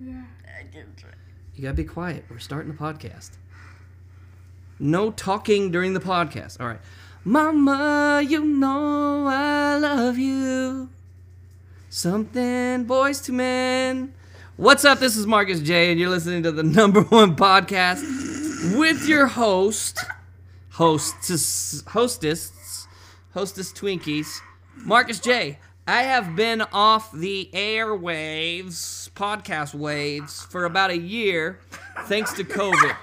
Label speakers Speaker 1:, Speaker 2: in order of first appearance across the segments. Speaker 1: Yeah.
Speaker 2: You gotta be quiet. We're starting the podcast. No talking during the podcast. All right. Mama, you know I love you. Something, boys to men. What's up? This is Marcus J, and you're listening to the number one podcast with your host, hostess, hostess, hostess Twinkies, Marcus J. I have been off the airwaves, podcast waves, for about a year, thanks to COVID.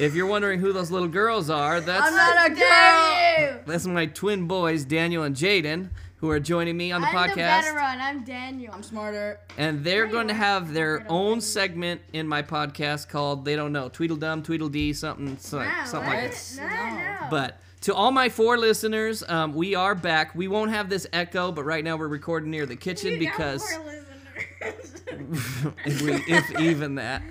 Speaker 2: if you're wondering who those little girls are, that's
Speaker 1: I'm not a girl. You.
Speaker 2: that's my twin boys, Daniel and Jaden, who are joining me on the
Speaker 1: I'm the
Speaker 2: podcast.
Speaker 1: veteran. I'm Daniel.
Speaker 3: I'm smarter.
Speaker 2: and they're going to have their
Speaker 1: Veteran.
Speaker 2: own segment in my podcast called They Don't Know Tweedledum, Tweedledee, something, so-
Speaker 1: Wow,
Speaker 2: something like
Speaker 1: what?
Speaker 2: that.
Speaker 1: No,
Speaker 3: No.
Speaker 1: no.
Speaker 2: But to all my four listeners, um, we are back. We won't have this echo, but right now we're recording near the kitchen
Speaker 1: You got
Speaker 2: because
Speaker 1: poor listeners.
Speaker 2: if, we, if even that.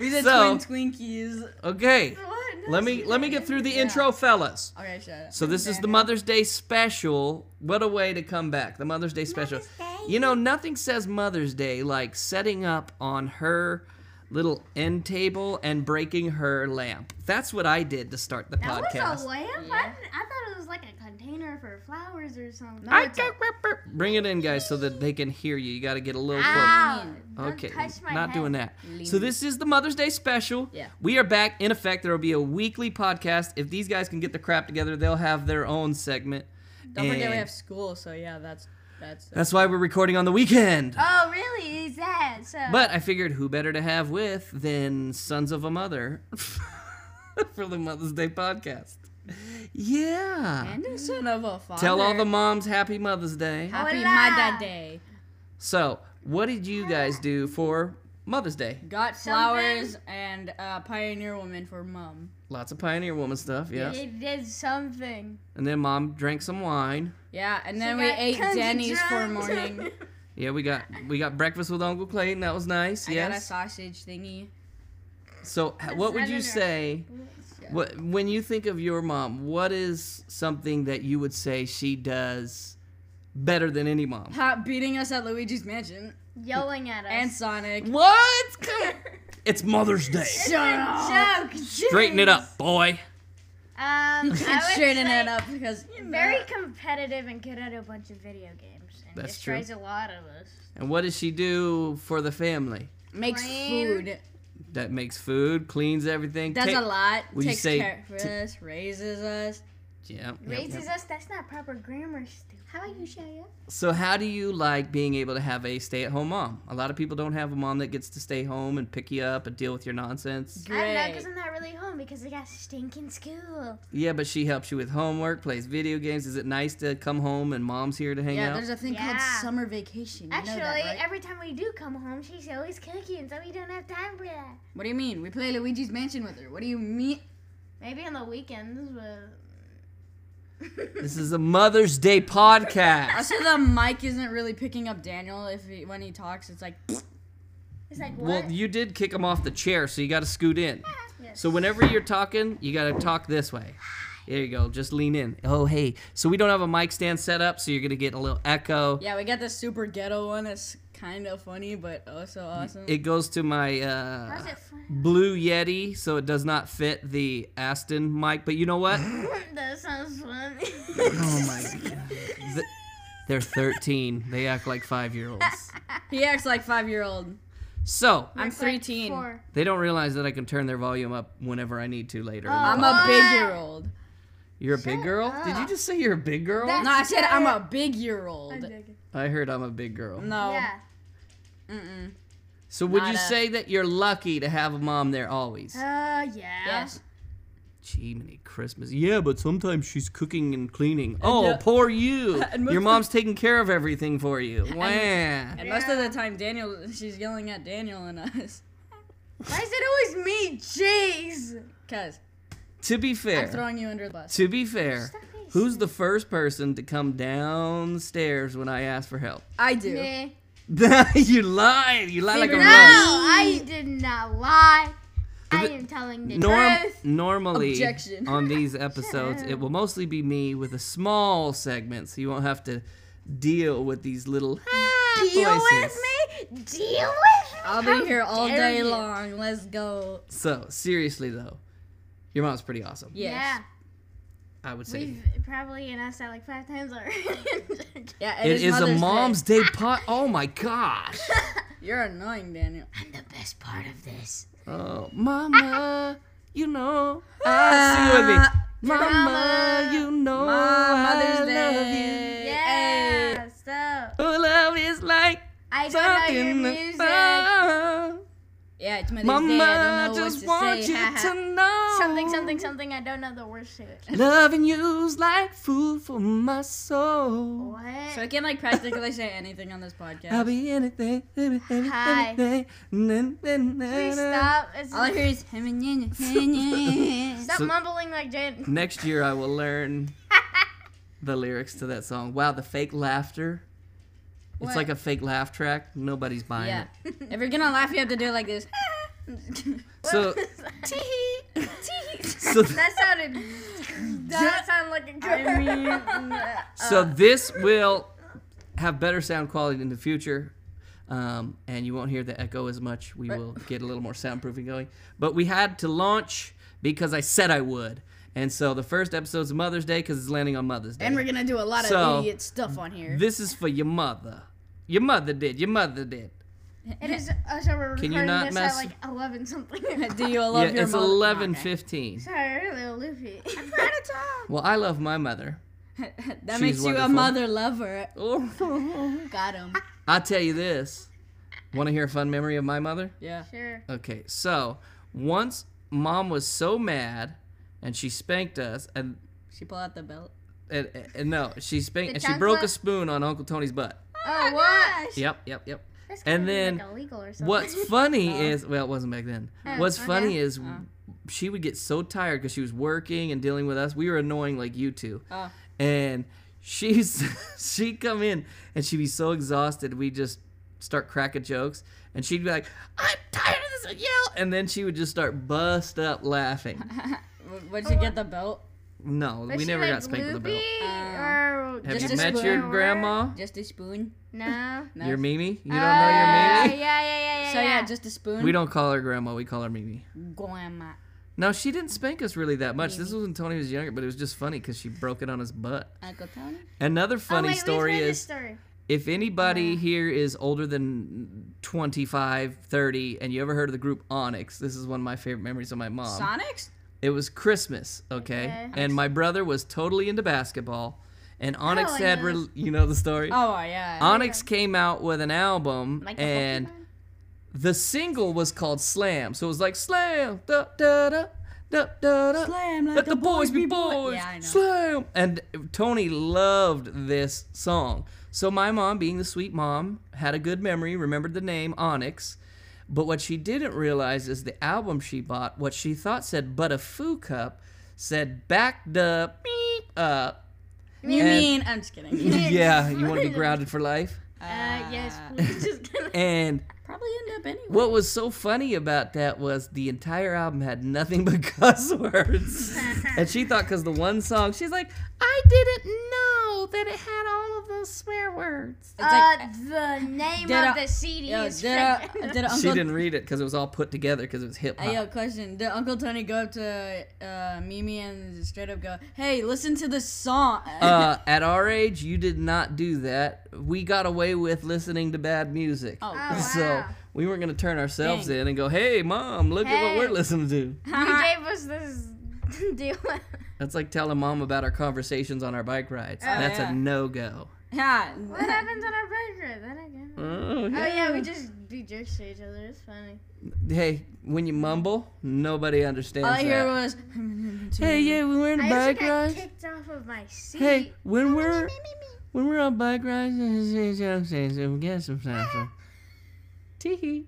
Speaker 3: We did
Speaker 2: So-
Speaker 3: twin twinkies.
Speaker 2: Okay,
Speaker 1: What? No,
Speaker 2: let me
Speaker 1: she
Speaker 2: let me
Speaker 1: didn't.
Speaker 2: get through the intro, fellas.
Speaker 3: Okay, shut up.
Speaker 2: So this is the Mother's Day special. What a way to come back. The Mother's Day special. You know, nothing says Mother's Day like setting up on her little end table and breaking her lamp. That's what I did to start the
Speaker 1: That
Speaker 2: podcast.
Speaker 1: was a lamp? I,
Speaker 3: Yeah.
Speaker 1: didn't- I thought it was like a container for flowers or something.
Speaker 3: No, it's a-
Speaker 2: Bring it in, guys, so that they can hear you. You got to get a little closer.
Speaker 1: Ow. Ah, Don't
Speaker 2: Okay,
Speaker 1: touch my
Speaker 2: not
Speaker 1: head.
Speaker 2: doing that.
Speaker 3: Lean.
Speaker 2: So this is the Mother's Day special.
Speaker 3: Yeah.
Speaker 2: we are back. In effect, there will be a weekly podcast. If these guys can get the crap together, they'll have their own segment.
Speaker 3: Don't forget
Speaker 2: And Uh,
Speaker 3: we have school, so yeah, that's that's.
Speaker 2: That's why we're recording on the weekend.
Speaker 1: Oh, really? Is that so?
Speaker 2: But I figured who better to have with than Sons of a Mother for the Mother's Day podcast. Yeah.
Speaker 3: and a son of a father.
Speaker 2: Tell all the moms happy Mother's Day.
Speaker 3: Happy
Speaker 1: Hola.
Speaker 3: Mother Day.
Speaker 2: So, what did you guys do for Mother's Day?
Speaker 3: Got flowers and uh, Pioneer Woman for mom.
Speaker 2: Lots of Pioneer Woman stuff, yes.
Speaker 1: it did something.
Speaker 2: And then mom drank some wine.
Speaker 3: Yeah, and
Speaker 1: She
Speaker 3: then we
Speaker 1: got
Speaker 3: ate
Speaker 1: tons of
Speaker 3: Denny's for
Speaker 1: drugs.
Speaker 3: morning.
Speaker 2: Yeah, we got we got breakfast with Uncle Clayton. That was nice.
Speaker 3: I got a
Speaker 2: yes.
Speaker 3: sausage thingy.
Speaker 2: So, h- what would you say? What when you think of your mom, what is something that you would say she does better than any mom?
Speaker 3: Pop beating us at Luigi's Mansion
Speaker 1: Yelling at us.
Speaker 3: and Sonic.
Speaker 2: What? Come- it's Mother's Day.
Speaker 3: Shut up.
Speaker 1: joke.
Speaker 2: Straighten it
Speaker 1: jeez.
Speaker 2: up, boy.
Speaker 1: Um, I would
Speaker 3: Straighten
Speaker 1: say
Speaker 3: it up because you know.
Speaker 1: Very competitive and good at a bunch of video games. And
Speaker 2: That's
Speaker 1: destroys a lot of us.
Speaker 2: And what does she do for the family?
Speaker 3: makes
Speaker 1: Clean.
Speaker 3: food.
Speaker 2: That makes food, cleans everything.
Speaker 3: Does
Speaker 2: ta-
Speaker 3: a lot.
Speaker 2: would you
Speaker 3: takes
Speaker 2: say
Speaker 3: care of
Speaker 2: t-
Speaker 3: us. Raises us.
Speaker 2: Yeah, yeah, yeah.
Speaker 1: Raises us. That's not proper grammar, Stu. How about you, Shaya?
Speaker 2: So how do you like being able to have a stay-at-home mom? A lot of people don't have a mom that gets to stay home and pick you up and deal with your nonsense.
Speaker 1: I don't know,
Speaker 3: Great.
Speaker 1: because I'm not really home because I got stinking school.
Speaker 2: Yeah, but she helps you with homework, plays video games. Is it nice to come home and mom's here to hang
Speaker 3: Yeah,
Speaker 2: out?
Speaker 3: there's a thing
Speaker 1: Yeah.
Speaker 3: called summer vacation. You
Speaker 1: Actually,
Speaker 3: know that, right?
Speaker 1: every time we do come home, she's always cooking, so we don't have time for that.
Speaker 3: what do you mean? We play Luigi's Mansion with her. What do you mean?
Speaker 1: Maybe on the weekends, but.
Speaker 2: This is a Mother's Day podcast.
Speaker 3: Also, the mic isn't really picking up Daniel if he, when he talks. It's like
Speaker 1: It's like, what?
Speaker 2: well, you did kick him off the chair, so you got to scoot in.
Speaker 1: Yes.
Speaker 2: So whenever you're talking, you got to talk this way. There you go. Just lean in. Oh, hey. So we don't have a mic stand set up, so you're going to get a little echo.
Speaker 3: yeah, we got the super ghetto one that's kind of funny but also awesome.
Speaker 2: It goes to my uh,
Speaker 1: How's it fun?
Speaker 2: Blue Yeti, so it does not fit the Aston mic. But you know what?
Speaker 1: that sounds fun.
Speaker 2: oh, my God. Th- They're 13. They act like five year olds.
Speaker 3: he acts like five year old.
Speaker 2: So
Speaker 3: I'm three teen.
Speaker 1: Four.
Speaker 2: they don't realize that I can turn their volume up whenever I need to later. in the
Speaker 3: Uh,
Speaker 2: podcast.
Speaker 3: I'm a
Speaker 1: Oh, What?
Speaker 3: big year old.
Speaker 2: You're a big girl? Did you
Speaker 1: up.
Speaker 2: just say you're a big girl?
Speaker 1: That-
Speaker 3: No, I said I'm a big year old.
Speaker 2: I heard I'm a big girl.
Speaker 3: No.
Speaker 1: Yeah.
Speaker 3: Mm-mm.
Speaker 2: So would
Speaker 3: Not
Speaker 2: you
Speaker 3: a-
Speaker 2: say that you're lucky to have a mom there always?
Speaker 1: Uh, yeah.
Speaker 3: Yes.
Speaker 2: Gee, Christmas. Yeah, but sometimes she's cooking and cleaning. Oh,
Speaker 3: yeah.
Speaker 2: poor you.
Speaker 3: And most
Speaker 2: Your
Speaker 3: of-
Speaker 2: mom's taking care of everything for you. Wow.
Speaker 3: And most of the time, Daniel, she's yelling at Daniel and us.
Speaker 1: Why is it always me? Jeez.
Speaker 3: Cause
Speaker 2: to be
Speaker 3: I'm
Speaker 2: fair,
Speaker 3: throwing you under the bus.
Speaker 2: to be fair,
Speaker 1: Stop it.
Speaker 2: who's the first person to come downstairs when I ask for help?
Speaker 3: I do.
Speaker 1: Me.
Speaker 2: you lied. You lied like a
Speaker 1: No,
Speaker 2: rug.
Speaker 1: I did not lie. I
Speaker 2: But-
Speaker 1: am telling the
Speaker 2: Norm-
Speaker 1: truth.
Speaker 2: normally
Speaker 3: Objection.
Speaker 2: on these episodes, it will mostly be me with a small segment, so you won't have to deal with these little
Speaker 1: Deal
Speaker 2: places.
Speaker 1: with me? Deal with me?
Speaker 3: I'll
Speaker 1: How
Speaker 3: be here all
Speaker 1: dare
Speaker 3: day
Speaker 1: you.
Speaker 3: long. Let's go.
Speaker 2: So seriously though, your mom's pretty awesome.
Speaker 3: Yes.
Speaker 1: Yeah.
Speaker 2: I would say
Speaker 1: We've probably announced that like five times already.
Speaker 3: Yeah, it
Speaker 2: it
Speaker 3: is,
Speaker 2: is a
Speaker 3: Mother's Day.
Speaker 2: mom's day pot. Oh my gosh.
Speaker 3: You're annoying, Daniel.
Speaker 1: I'm the best part of this.
Speaker 2: Oh, mama, you know I sing with me. Mama,
Speaker 1: Mama,
Speaker 2: you know
Speaker 3: Ma,
Speaker 2: I
Speaker 3: Mother's
Speaker 2: love
Speaker 3: Day.
Speaker 2: you.
Speaker 1: Yeah.
Speaker 3: Hey.
Speaker 1: So
Speaker 2: Oh, love is like
Speaker 1: I don't know your
Speaker 2: something.
Speaker 1: music.
Speaker 2: above.
Speaker 3: Yeah, it's Mother's Day. I
Speaker 2: Mama,
Speaker 3: don't know
Speaker 2: just
Speaker 3: what to
Speaker 2: want
Speaker 3: say.
Speaker 2: you
Speaker 3: Ha ha.
Speaker 2: to know
Speaker 1: Something, something, something. I don't know the words to it.
Speaker 2: Loving you's like food for my soul.
Speaker 1: What?
Speaker 3: So I can like practically say anything on this podcast.
Speaker 2: I'll be anything, any- any-
Speaker 1: Hi.
Speaker 2: anything. Na- na- na-
Speaker 1: Please
Speaker 2: na.
Speaker 1: stop. It's
Speaker 3: All I hear is him and yin, yin, yin.
Speaker 1: stop
Speaker 2: So-
Speaker 1: mumbling like Jen.
Speaker 2: Next year, I will learn the lyrics to that song. Wow, the fake laughter. It's
Speaker 3: What?
Speaker 2: like a fake laugh track. Nobody's buying
Speaker 3: Yeah.
Speaker 2: it.
Speaker 3: if you're gonna laugh, you have to do it like this.
Speaker 2: So,
Speaker 1: Tee-hee.
Speaker 2: so,
Speaker 1: That sounded. That sounded like a girl.
Speaker 3: I mean, uh,
Speaker 2: so this will have better sound quality in the future. Um, and you won't hear the echo as much. We will get a little more soundproofing going. But we had to launch because I said I would. And so the first episode's Mother's Day because it's landing on Mother's Day.
Speaker 3: and we're gonna do a lot of
Speaker 2: So,
Speaker 3: idiot stuff on here.
Speaker 2: This is for your mother. Your mother did. Your mother did.
Speaker 1: It is. Uh, so we're
Speaker 2: Can
Speaker 1: recording
Speaker 2: you not
Speaker 1: this
Speaker 2: mess-
Speaker 1: at like eleven something.
Speaker 3: do you love
Speaker 2: yeah,
Speaker 3: your
Speaker 2: it's
Speaker 3: mother?
Speaker 2: eleven
Speaker 3: Okay.
Speaker 2: fifteen.
Speaker 1: Sorry, I'm a little loopy. I'm
Speaker 2: Well, I love my mother.
Speaker 3: that
Speaker 2: She's
Speaker 3: makes you a
Speaker 2: wonderful.
Speaker 3: mother lover.
Speaker 2: I
Speaker 3: Got him.
Speaker 2: tell you this. Want to hear a fun memory of my mother?
Speaker 3: Yeah.
Speaker 1: Sure.
Speaker 2: Okay, so once mom was so mad, and she spanked us, and
Speaker 3: She pulled out the belt.
Speaker 2: and, and no, she spanked,
Speaker 1: The
Speaker 2: and she
Speaker 1: chunk
Speaker 2: broke a
Speaker 1: left?
Speaker 2: spoon on Uncle Tony's butt.
Speaker 1: Oh, what?
Speaker 2: Yep, yep, yep.
Speaker 1: That's gotta
Speaker 2: And
Speaker 1: be,
Speaker 2: then
Speaker 1: like, illegal or something.
Speaker 2: What's funny is well, it wasn't back then.
Speaker 1: Oh,
Speaker 2: What's funny
Speaker 1: okay.
Speaker 2: is she would get so tired because she was working and dealing with us. We were annoying like you two,
Speaker 3: Oh.
Speaker 2: and she's she'd come in and she'd be so exhausted. We just start cracking jokes, and she'd be like, "I'm tired of this yell," and then she would just start bust up laughing.
Speaker 3: W- Would you get the belt?
Speaker 2: No,
Speaker 1: Was
Speaker 2: we
Speaker 1: she,
Speaker 2: never
Speaker 1: like,
Speaker 2: got spanked with a belt. Oh.
Speaker 1: loopy,
Speaker 3: Uh,
Speaker 1: or
Speaker 2: Have
Speaker 1: just
Speaker 2: you
Speaker 1: a
Speaker 2: met
Speaker 1: spoon
Speaker 2: your
Speaker 1: or-
Speaker 2: grandma?
Speaker 3: Just a spoon?
Speaker 1: No.
Speaker 3: No.
Speaker 2: Your Mimi? You don't
Speaker 1: Uh,
Speaker 2: know your
Speaker 1: Yeah,
Speaker 2: Mimi?
Speaker 1: yeah, yeah, yeah.
Speaker 3: So yeah, just a spoon.
Speaker 2: We don't call her grandma. We call her Mimi.
Speaker 3: Grandma.
Speaker 2: No, she didn't spank us really that much. This was when Tony was younger, but it was just funny because she broke it on his butt.
Speaker 3: Uncle Tony.
Speaker 2: Another funny
Speaker 1: oh, wait,
Speaker 2: story
Speaker 1: we've heard this
Speaker 2: is
Speaker 1: story.
Speaker 2: if anybody here is older than 25, 30, and you ever heard of the group Onyx, this is one of my favorite memories of my mom.
Speaker 3: Sonics.
Speaker 2: it was Christmas, okay?
Speaker 1: Okay.
Speaker 2: And my brother was totally into basketball, and Onyx
Speaker 1: I
Speaker 2: had,
Speaker 1: know
Speaker 2: re- you know the story?
Speaker 3: Oh yeah.
Speaker 2: Onyx came out with an album,
Speaker 3: Like the
Speaker 2: and the single was called Slam. So it was like Slam, da da da. Da, da, da.
Speaker 3: Slam, let
Speaker 2: Let
Speaker 3: the
Speaker 2: the boys
Speaker 3: boys
Speaker 2: be
Speaker 3: be boy-
Speaker 2: boys.
Speaker 3: Yeah, I know.
Speaker 2: Slam. And Tony loved this song. So my mom, being the sweet mom, had a good memory, remembered the name Onyx. But what she didn't realize is the album she bought, what she thought said "But a Foo Cup," said "Backed up, beep up."
Speaker 3: You
Speaker 2: And-
Speaker 3: mean? I'm just kidding.
Speaker 2: Yeah, you want to be grounded for life.
Speaker 1: Uh, yes,
Speaker 3: Ah.
Speaker 1: please. Just gonna.
Speaker 2: And
Speaker 3: Probably end up anyway.
Speaker 2: What was so funny about that was the entire album had nothing but cuss words. and she thought because the one song, she's like, I didn't know that it had all of those swear words.
Speaker 3: It's like-
Speaker 1: uh, the name
Speaker 3: Did
Speaker 1: of
Speaker 3: I-
Speaker 1: the CD
Speaker 3: Yo,
Speaker 1: is
Speaker 3: did, uh,
Speaker 1: freaking-
Speaker 3: did Uncle
Speaker 2: She didn't read it because it was all put together because it was hip
Speaker 3: Hey, yo,
Speaker 2: hop.
Speaker 3: question. Did Uncle Tony go up to uh, Mimi and straight up go, hey, listen to this song?
Speaker 2: Uh, at our age, you did not do that. We got away with listening to bad music.
Speaker 3: Oh.
Speaker 1: Oh,
Speaker 2: So
Speaker 1: wow.
Speaker 2: we weren't going to turn ourselves
Speaker 3: Dang.
Speaker 2: in and go, hey, mom, look at what
Speaker 1: Hey.
Speaker 2: we're listening to.
Speaker 1: you gave us this deal.
Speaker 2: That's like telling mom about our conversations on our bike rides. That's
Speaker 3: Oh, yeah.
Speaker 2: a no go.
Speaker 3: yeah.
Speaker 1: what happens on our break room? That again.
Speaker 2: Oh,
Speaker 1: Oh yeah, we just do jerks to each other. It's funny.
Speaker 2: Hey, when you mumble, nobody understands
Speaker 3: All I hear
Speaker 2: that.
Speaker 3: was,
Speaker 2: Hey, yeah, when we're in
Speaker 1: I actually
Speaker 2: bike
Speaker 1: got
Speaker 2: rides.
Speaker 1: kicked off of my seat.
Speaker 2: Hey, when we're
Speaker 1: Me, me, me.
Speaker 2: when we're on bike rides, we get some
Speaker 3: Ah.
Speaker 2: something. Teehee.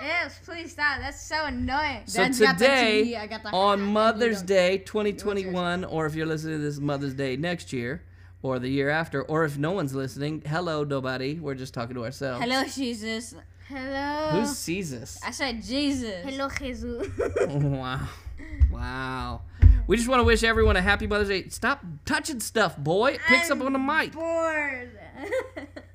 Speaker 1: Yes, please stop. That's so annoying.
Speaker 2: So
Speaker 3: That's got the
Speaker 2: today,
Speaker 3: tea, I got the-
Speaker 2: on Mother's
Speaker 3: You don't-
Speaker 2: Day 2021, or if you're listening to this Mother's Day next year, or the year after, or if no one's listening, hello, nobody. We're just talking to ourselves.
Speaker 3: hello, Jesus.
Speaker 1: Hello.
Speaker 2: Who sees us?
Speaker 3: I said, Jesus.
Speaker 1: Hello, Jesus.
Speaker 2: Wow. Wow. We just want to wish everyone
Speaker 3: Um,
Speaker 2: a happy Mother's Day. Stop touching stuff, boy. It picks up
Speaker 1: I'm
Speaker 2: on the mic.
Speaker 1: Bored.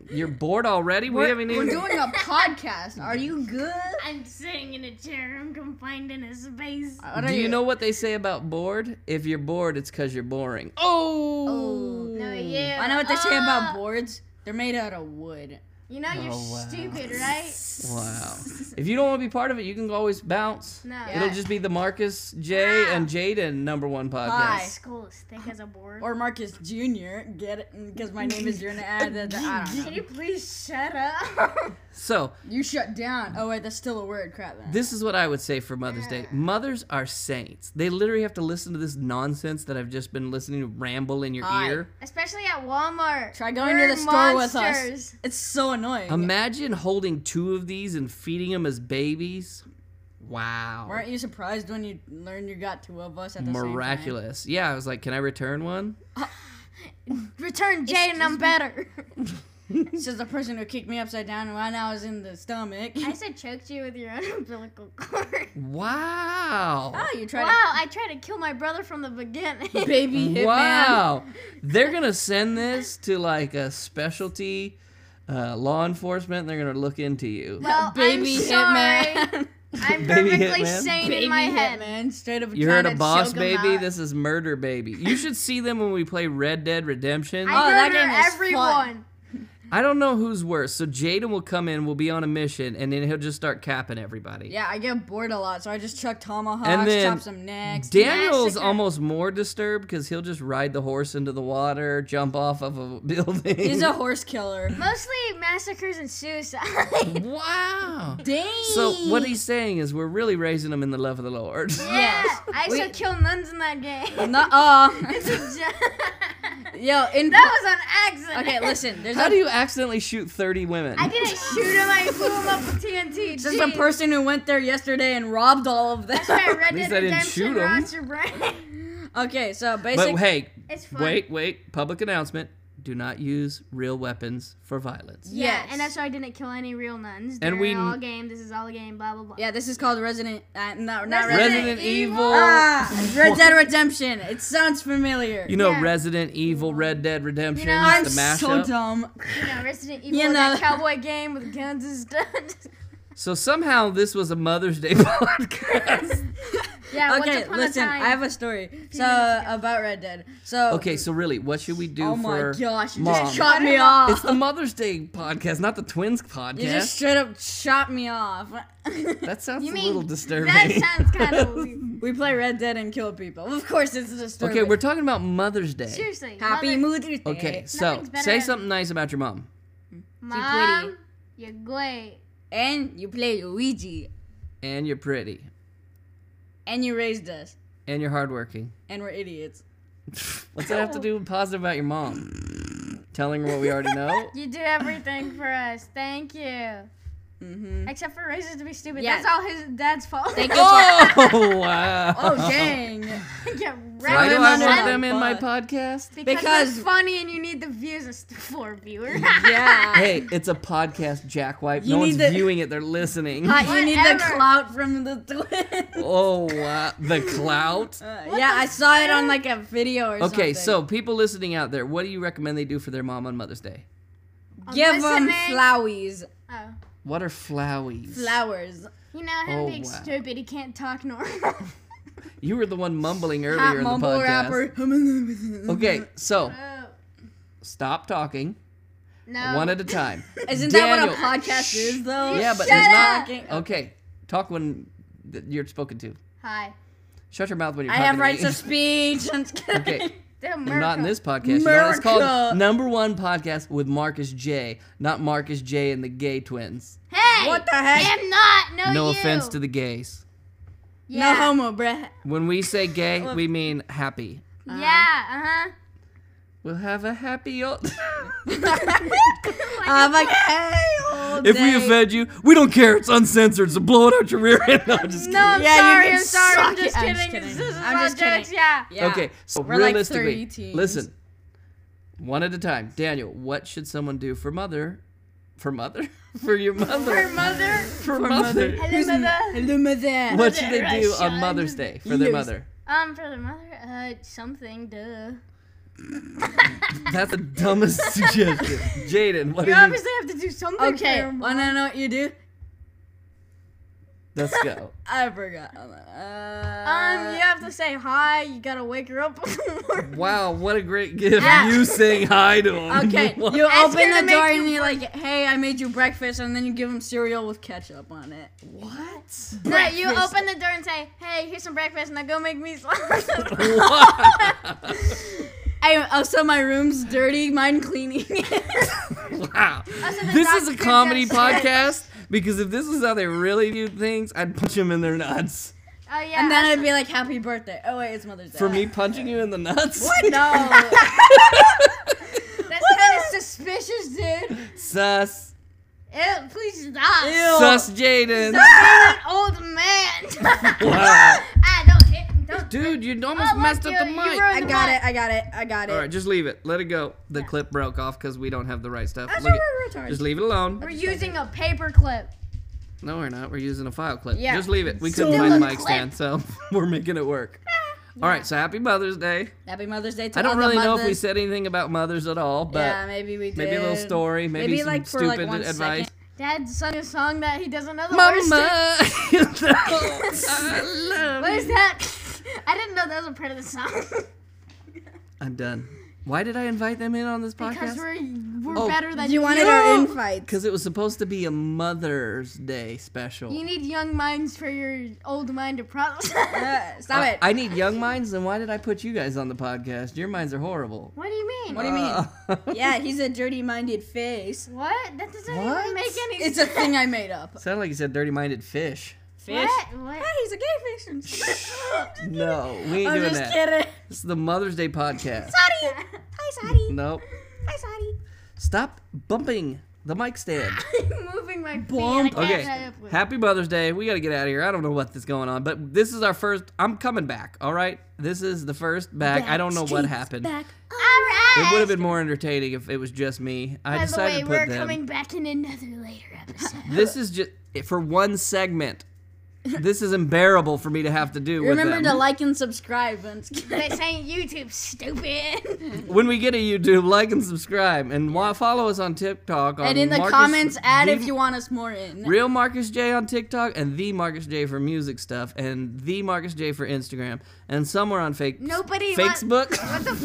Speaker 2: You're bored already? We
Speaker 3: We're,
Speaker 2: haven't
Speaker 3: we're
Speaker 2: even.
Speaker 3: doing a podcast. Are you good?
Speaker 1: I'm sitting in a chair. I'm confined in a space.
Speaker 3: What are
Speaker 2: Do you know what they say about bored? If you're bored, it's because you're boring. Oh!
Speaker 1: No, you.
Speaker 3: I know what they say
Speaker 2: Ah.
Speaker 1: Uh,
Speaker 3: about boards. They're made out of wood.
Speaker 1: You know you're
Speaker 2: Oh, wow.
Speaker 1: stupid, right?
Speaker 2: Wow. If you don't want to be part of it, you can always bounce.
Speaker 1: No.
Speaker 2: It'll just be the Marcus, Jay, and Jaden number one
Speaker 3: Hi.
Speaker 2: podcast.
Speaker 1: School is thick as a board.
Speaker 3: Or Marcus Jr. Get it? Because my name is Jr. I don't know.
Speaker 1: Can you please shut up?
Speaker 2: So,
Speaker 3: You shut down. Oh wait, that's still a word. Crap. Then.
Speaker 2: this is what I would say for Mother's Day. Mothers are saints. They literally have to listen to this nonsense that I've just been listening to ramble in your
Speaker 3: Hi.
Speaker 2: ear.
Speaker 1: Especially at Walmart.
Speaker 3: Try going
Speaker 1: They're
Speaker 3: to the store with us.
Speaker 1: monsters.
Speaker 3: It's so annoying.
Speaker 2: Imagine holding two of these and feeding them as babies. Wow.
Speaker 3: Weren't you surprised when you learned you got two of us at the
Speaker 2: Miraculous. Yeah, I was like, can I return one?
Speaker 1: Return Jay and I'm better.
Speaker 3: same time? Says the person who kicked me upside down while I was in the stomach.
Speaker 1: I said choked you with your own umbilical cord.
Speaker 2: Wow.
Speaker 3: oh, you tried
Speaker 1: Wow, I tried to kill my brother from the beginning.
Speaker 3: to baby hitman.
Speaker 2: Wow. They're going to send this to like a specialty uh, law enforcement and they're going to look into you.
Speaker 1: Well,
Speaker 3: Baby
Speaker 1: I'm
Speaker 3: hitman.
Speaker 1: sorry. I'm
Speaker 2: Baby
Speaker 1: perfectly
Speaker 2: hitman.
Speaker 1: sane
Speaker 3: Baby
Speaker 1: in my head.
Speaker 3: hitman. Straight up.
Speaker 2: You heard
Speaker 3: trying
Speaker 2: a
Speaker 3: to
Speaker 2: boss
Speaker 3: choke 'em
Speaker 2: baby?
Speaker 3: out.
Speaker 2: This is murder baby. You should see them when we play Red Dead Redemption.
Speaker 1: I
Speaker 3: Oh, that
Speaker 1: murder
Speaker 3: game is
Speaker 1: everyone.
Speaker 2: I don't know who's worse. So Jaden will come in, we'll be on a mission, and then he'll just start capping everybody.
Speaker 3: Yeah, I get bored a lot, so I just chuck tomahawks,
Speaker 2: And then
Speaker 3: chop some necks.
Speaker 2: Daniel's
Speaker 1: Massacre.
Speaker 2: almost more disturbed because he'll just ride the horse into the water, jump off of a building.
Speaker 3: He's a horse killer.
Speaker 1: Mostly massacres and suicide.
Speaker 2: wow.
Speaker 3: Dang.
Speaker 2: So what he's saying is we're really raising him in the love of the Lord.
Speaker 1: yeah,
Speaker 3: Yes.
Speaker 1: I used to kill nuns in that game.
Speaker 3: Not, uh,
Speaker 1: It's a jo-
Speaker 3: yo, in
Speaker 1: that was an accident.
Speaker 3: okay, listen. There's
Speaker 2: How
Speaker 3: a
Speaker 2: do you accidentally shoot 30 women?
Speaker 1: I didn't shoot him. I blew him up with TNT.
Speaker 3: This is a
Speaker 1: Jeez.
Speaker 3: person who went there yesterday and robbed all of them.
Speaker 1: That's why Red
Speaker 2: least
Speaker 1: Dead
Speaker 2: I didn't
Speaker 1: Redemption
Speaker 2: shoot 'em.
Speaker 1: rots your brain.
Speaker 3: Okay, so basically,
Speaker 2: but hey,
Speaker 1: It's fun.
Speaker 2: wait, wait. Public announcement. Do not use real weapons for violence.
Speaker 1: Yeah,
Speaker 3: Yes.
Speaker 1: and that's why I didn't kill any real nuns.
Speaker 2: And
Speaker 1: They're
Speaker 2: we-
Speaker 1: all game. This is all game. Blah blah blah.
Speaker 3: yeah, this is called Resident. Uh, not not
Speaker 1: Resident
Speaker 3: Resident.
Speaker 2: Resident Evil.
Speaker 1: Evil?
Speaker 3: Ah, Red Dead Redemption. It sounds familiar.
Speaker 2: You know
Speaker 1: Yeah.
Speaker 2: Resident Evil, Red Dead Redemption,
Speaker 1: know,
Speaker 3: I'm
Speaker 2: the mashup.
Speaker 3: so dumb.
Speaker 1: You know, Resident Evil,
Speaker 3: You
Speaker 1: that
Speaker 3: know.
Speaker 1: cowboy game with guns and stuff.
Speaker 2: so somehow this was a Mother's Day podcast.
Speaker 1: yeah. once
Speaker 3: okay,
Speaker 1: upon
Speaker 3: listen.
Speaker 1: a time.
Speaker 3: I have a story.
Speaker 1: minutes
Speaker 3: So
Speaker 1: ago.
Speaker 3: about Red Dead. So
Speaker 2: okay, so really, what should we do
Speaker 3: Oh
Speaker 2: for
Speaker 3: my gosh, you
Speaker 2: mom?
Speaker 3: just shot me off.
Speaker 2: It's the Mother's Day podcast, not the Twins podcast.
Speaker 3: You just straight up shot me off.
Speaker 2: that sounds
Speaker 1: You
Speaker 2: a little
Speaker 1: mean-
Speaker 2: disturbing.
Speaker 1: That sounds kind of weird.
Speaker 3: we play Red Dead and kill people. Of course, it's a story.
Speaker 2: okay, we're talking about Mother's Day.
Speaker 1: Seriously.
Speaker 3: happy
Speaker 1: mother,
Speaker 3: Mother's Day.
Speaker 2: Okay, so
Speaker 1: Nothing's better
Speaker 2: say
Speaker 1: than-
Speaker 2: something nice about your mom.
Speaker 1: Mom, you're great.
Speaker 3: And you play Luigi,
Speaker 2: And you're pretty.
Speaker 3: and you raised us,
Speaker 2: And you're hardworking.
Speaker 3: and we're idiots.
Speaker 2: What's that have to do with positive about your mom? Telling her what we already know?
Speaker 1: You do everything for us. Thank you.
Speaker 3: Mm-hmm.
Speaker 1: Except for raisins to be stupid.
Speaker 3: Yeah.
Speaker 1: That's all his dad's fault.
Speaker 3: Thank you.
Speaker 2: oh, wow.
Speaker 3: Oh dang!
Speaker 1: Get
Speaker 2: Why
Speaker 1: wrecked.
Speaker 2: do
Speaker 3: Throw
Speaker 2: I
Speaker 3: him
Speaker 2: want
Speaker 3: under
Speaker 2: them
Speaker 3: the
Speaker 2: in my
Speaker 3: bus.
Speaker 2: podcast?
Speaker 1: Because,
Speaker 3: Because-
Speaker 1: it's funny and you need the views as the floor viewer.
Speaker 3: yeah.
Speaker 2: Hey, it's a podcast, Jackwipe.
Speaker 3: You
Speaker 2: No one's
Speaker 3: need to-
Speaker 2: viewing it, they're listening.
Speaker 3: Hot, Uh, you need the
Speaker 1: Whatever.
Speaker 3: clout from the twins.
Speaker 2: Oh, wow. The clout?
Speaker 3: Uh, yeah, I saw it on like a video or something.
Speaker 2: Okay, so people listening out there, what do you recommend they do for their mom on Mother's Day?
Speaker 1: I'm
Speaker 3: give them
Speaker 1: listening.
Speaker 3: flowies,
Speaker 1: Oh.
Speaker 2: What are flowies?
Speaker 3: flowers.
Speaker 1: You know him
Speaker 2: Oh,
Speaker 1: being
Speaker 2: wow.
Speaker 1: stupid. He can't talk normal.
Speaker 2: you were the one mumbling earlier
Speaker 3: Hot
Speaker 2: in the
Speaker 3: mumble
Speaker 2: podcast.
Speaker 3: rapper.
Speaker 2: Okay, so
Speaker 1: oh.
Speaker 2: stop talking
Speaker 1: No.
Speaker 2: one at a time.
Speaker 3: Isn't
Speaker 2: Daniel.
Speaker 3: that what a podcast is though?
Speaker 2: Yeah, but
Speaker 3: Shut
Speaker 2: there's not-
Speaker 3: up. Okay.
Speaker 2: Okay, talk when th- you're spoken to.
Speaker 1: Hi.
Speaker 2: Shut your mouth when you're
Speaker 3: I
Speaker 2: talking
Speaker 3: have
Speaker 2: to
Speaker 3: rights
Speaker 2: me.
Speaker 3: of speech. I'm just kidding.
Speaker 2: Okay,
Speaker 1: The
Speaker 2: I'm not in
Speaker 1: Merkel.
Speaker 2: this podcast. You know, it's called
Speaker 3: America.
Speaker 2: Number One Podcast with Marcus J, not Marcus J and the Gay Twins.
Speaker 1: Hey.
Speaker 3: What the heck?
Speaker 1: I'm not. No.
Speaker 2: No
Speaker 1: you.
Speaker 2: offense to the gays.
Speaker 1: Yeah.
Speaker 3: No homo, bruh.
Speaker 2: When we say gay, we mean happy.
Speaker 1: Yeah. Uh huh.
Speaker 2: We'll have a happy old.
Speaker 1: Oh,
Speaker 3: I'm like, hey, old
Speaker 2: if we
Speaker 3: day.
Speaker 2: offend you, we don't care. It's uncensored, so blow it out your rear end. No, I'm just
Speaker 1: No, I'm
Speaker 3: Yeah, you
Speaker 1: sorry. I'm sorry. I'm
Speaker 3: can suck
Speaker 1: just
Speaker 3: it. I'm
Speaker 1: kidding.
Speaker 3: just
Speaker 1: This
Speaker 3: kidding.
Speaker 1: is
Speaker 3: I'm
Speaker 1: about
Speaker 3: just kidding.
Speaker 1: jokes, Yeah.
Speaker 3: Yeah.
Speaker 2: Okay, so
Speaker 3: We're like
Speaker 2: realistically,
Speaker 3: 30 teens.
Speaker 2: listen, one at a time. Daniel, what should someone do for mother, for mother, for your mother,
Speaker 1: Her mother.
Speaker 2: for, mother?
Speaker 1: Hello, mother.
Speaker 3: Hello, mother.
Speaker 2: What should they do
Speaker 1: Russian.
Speaker 2: on Mother's Day for their
Speaker 3: Yes.
Speaker 2: mother?
Speaker 1: Um, for the mother, uh, something. Duh.
Speaker 2: That's the dumbest suggestion. Jaden, what
Speaker 1: You
Speaker 2: do you?
Speaker 1: obviously have to do something.
Speaker 3: Okay,
Speaker 1: for him.
Speaker 3: wanna know what you do?
Speaker 2: Let's go.
Speaker 3: I forgot. on that.
Speaker 1: Um,
Speaker 3: Uh,
Speaker 1: you have to say hi. You gotta wake her up. before-
Speaker 2: Wow, what a great gift!
Speaker 3: Yeah.
Speaker 2: You saying hi to him.
Speaker 3: Uh, Okay,
Speaker 2: What?
Speaker 3: you
Speaker 1: Ask
Speaker 3: open
Speaker 1: her to
Speaker 3: the
Speaker 1: make
Speaker 3: door
Speaker 1: you
Speaker 3: and you're like, "Hey, I made you breakfast," and then you give him cereal with ketchup on it.
Speaker 2: what?
Speaker 1: no, you
Speaker 3: Breakfast.
Speaker 1: open the door and say, "Hey, here's some breakfast. Now go make me some."
Speaker 2: What?
Speaker 3: Hey, also uh, my room's dirty, mine cleaning.
Speaker 2: wow.
Speaker 1: Also, the
Speaker 2: This is a
Speaker 1: doctor
Speaker 2: comedy
Speaker 1: just said-
Speaker 2: podcast because if this is how they really viewed things, I'd punch him in their nuts.
Speaker 1: Oh yeah.
Speaker 3: and then
Speaker 1: also-
Speaker 3: I'd be like, "Happy birthday!" Oh wait, it's Mother's Day.
Speaker 2: For me punching you in the nuts?
Speaker 3: no.
Speaker 1: that's kind of suspicious, dude.
Speaker 2: Sus.
Speaker 1: Ew, please stop.
Speaker 3: Ew.
Speaker 2: Sus Jaden.
Speaker 1: Stop being an old man.
Speaker 2: Wow.
Speaker 1: ah, don't hit. Don't.
Speaker 2: Dude, you
Speaker 1: Oh,
Speaker 2: almost
Speaker 1: look,
Speaker 2: messed up
Speaker 1: you-
Speaker 2: the
Speaker 1: you
Speaker 2: mic.
Speaker 1: ruined
Speaker 3: I
Speaker 1: the
Speaker 3: got
Speaker 1: mic.
Speaker 3: it. I got it. I got it.
Speaker 2: All right, just leave it. Let it go. The clip broke off because we don't have the right stuff.
Speaker 3: That's
Speaker 2: Look
Speaker 3: why
Speaker 2: at-
Speaker 3: we're retarded.
Speaker 2: just leave it alone.
Speaker 1: We're using a paper clip.
Speaker 2: No, we're not. We're using a file clip.
Speaker 3: Yeah.
Speaker 2: Just leave it. We
Speaker 3: So-
Speaker 2: couldn't find a
Speaker 1: Still a
Speaker 2: mic stand, so we're making it work. All right, so happy Mother's Day.
Speaker 3: Happy Mother's Day to
Speaker 2: I
Speaker 3: all
Speaker 2: don't
Speaker 3: the
Speaker 2: really know if
Speaker 3: mothers.
Speaker 2: we said anything about mothers at all, but
Speaker 3: yeah, maybe we did.
Speaker 2: maybe a little story, maybe,
Speaker 3: Maybe,
Speaker 2: some
Speaker 3: like, for,
Speaker 2: stupid
Speaker 3: like, one
Speaker 2: advice.
Speaker 1: Dad sung a song that he doesn't know the words to.
Speaker 2: Mama, you know I love
Speaker 1: What is
Speaker 2: you.
Speaker 1: that? I didn't know that was a part of the song.
Speaker 2: I'm done. Why did I invite them in on this
Speaker 1: because
Speaker 2: podcast?
Speaker 1: we're we're
Speaker 2: Oh,
Speaker 1: better than
Speaker 3: You wanted our infights.
Speaker 2: Because it was supposed to be a Mother's Day special.
Speaker 1: You need young minds for your old mind to process.
Speaker 3: Uh, stop
Speaker 2: I,
Speaker 3: it.
Speaker 2: I need young minds, then why did I put you guys on the podcast? Your minds are horrible.
Speaker 1: what do you mean?
Speaker 3: What do you mean?
Speaker 2: Uh,
Speaker 3: yeah, he's a dirty-minded face.
Speaker 1: What? That doesn't
Speaker 2: What?
Speaker 1: even make any
Speaker 3: It's a
Speaker 1: sense.
Speaker 3: thing I made up.
Speaker 2: Sounded like you said dirty minded fish.
Speaker 3: Fish.
Speaker 1: What?
Speaker 3: Hey,
Speaker 1: What?
Speaker 3: he's a gay fish.
Speaker 2: No, we ain't
Speaker 3: I'm
Speaker 2: doing
Speaker 3: just
Speaker 2: that.
Speaker 3: kidding.
Speaker 2: This is the Mother's Day podcast.
Speaker 1: Sorry.
Speaker 3: Hi, Sadie.
Speaker 2: nope.
Speaker 3: Hi, Sadie.
Speaker 2: Stop bumping the mic stand.
Speaker 1: I'm moving my feet.
Speaker 3: Bump.
Speaker 1: I can't
Speaker 2: Okay.
Speaker 1: tie up with-
Speaker 2: Happy Mother's Day. We got to get out of here. I don't know what's going on, but this is our first. I'm coming back, all right? This is the first back. I don't know what
Speaker 3: Streets
Speaker 2: happened.
Speaker 3: Back.
Speaker 1: All right.
Speaker 2: It would have been more entertaining if it was just me. I
Speaker 1: By the
Speaker 2: decided
Speaker 1: way,
Speaker 2: to put
Speaker 1: we're
Speaker 2: them.
Speaker 1: coming back in another later episode.
Speaker 2: This is just for one segment. This is unbearable for me to have to do. With
Speaker 3: Remember
Speaker 2: them. Uh,
Speaker 3: to like and subscribe. And
Speaker 1: they saying YouTube stupid.
Speaker 2: when we get a YouTube, like and subscribe, and wa- follow us on TikTok. On
Speaker 3: and in the
Speaker 2: Marcus-
Speaker 3: comments, add
Speaker 2: the
Speaker 3: if you want us more in.
Speaker 2: Real Marcus J on TikTok and the Marcus J for music stuff and the Marcus J for Instagram and somewhere on fake
Speaker 1: Nobody wa-
Speaker 2: Facebook.
Speaker 1: What the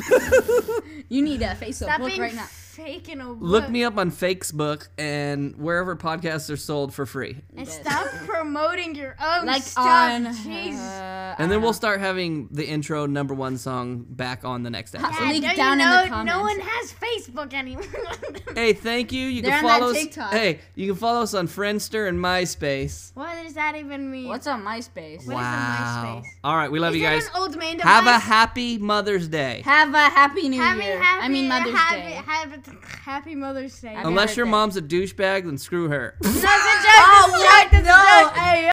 Speaker 1: fuck?
Speaker 3: You need a face up
Speaker 1: Stop
Speaker 3: book
Speaker 1: being
Speaker 3: right now.
Speaker 1: fake in a
Speaker 2: Look
Speaker 1: book.
Speaker 2: me up on Facebook and wherever podcasts are sold for free.
Speaker 1: And stop promoting your own
Speaker 3: Like
Speaker 1: stuff.
Speaker 3: on.
Speaker 1: Jesus.
Speaker 2: And
Speaker 3: uh, I
Speaker 2: then
Speaker 3: don't
Speaker 2: we'll start having the intro number one song back on the next episode.
Speaker 1: Dad,
Speaker 3: leak
Speaker 1: don't
Speaker 3: down
Speaker 1: you
Speaker 3: in the
Speaker 1: know
Speaker 3: comments.
Speaker 1: No one has Facebook anymore.
Speaker 2: Hey, thank you. You
Speaker 3: They're
Speaker 2: can
Speaker 3: on that
Speaker 2: follow us.
Speaker 3: TikTok.
Speaker 2: Hey, you can follow us on Friendster and MySpace.
Speaker 1: what does that even mean?
Speaker 3: know. What's on MySpace?
Speaker 1: What is a MySpace?
Speaker 2: All right, we love
Speaker 1: Is
Speaker 2: you
Speaker 1: that
Speaker 2: guys.
Speaker 1: an old man device?
Speaker 2: Have a happy Mother's Day.
Speaker 3: Have a happy New
Speaker 1: happy,
Speaker 3: Year.
Speaker 1: happy,
Speaker 3: I mean Mother's
Speaker 1: happy,
Speaker 3: Day.
Speaker 1: Happy, happy Mother's Day.
Speaker 3: Happy-
Speaker 2: Unless your
Speaker 3: birthday.
Speaker 2: mom's a douchebag, then screw her.
Speaker 1: That's a joke.
Speaker 3: Oh,
Speaker 1: That's a joke.
Speaker 3: what?
Speaker 1: That's a joke.
Speaker 3: No, hey,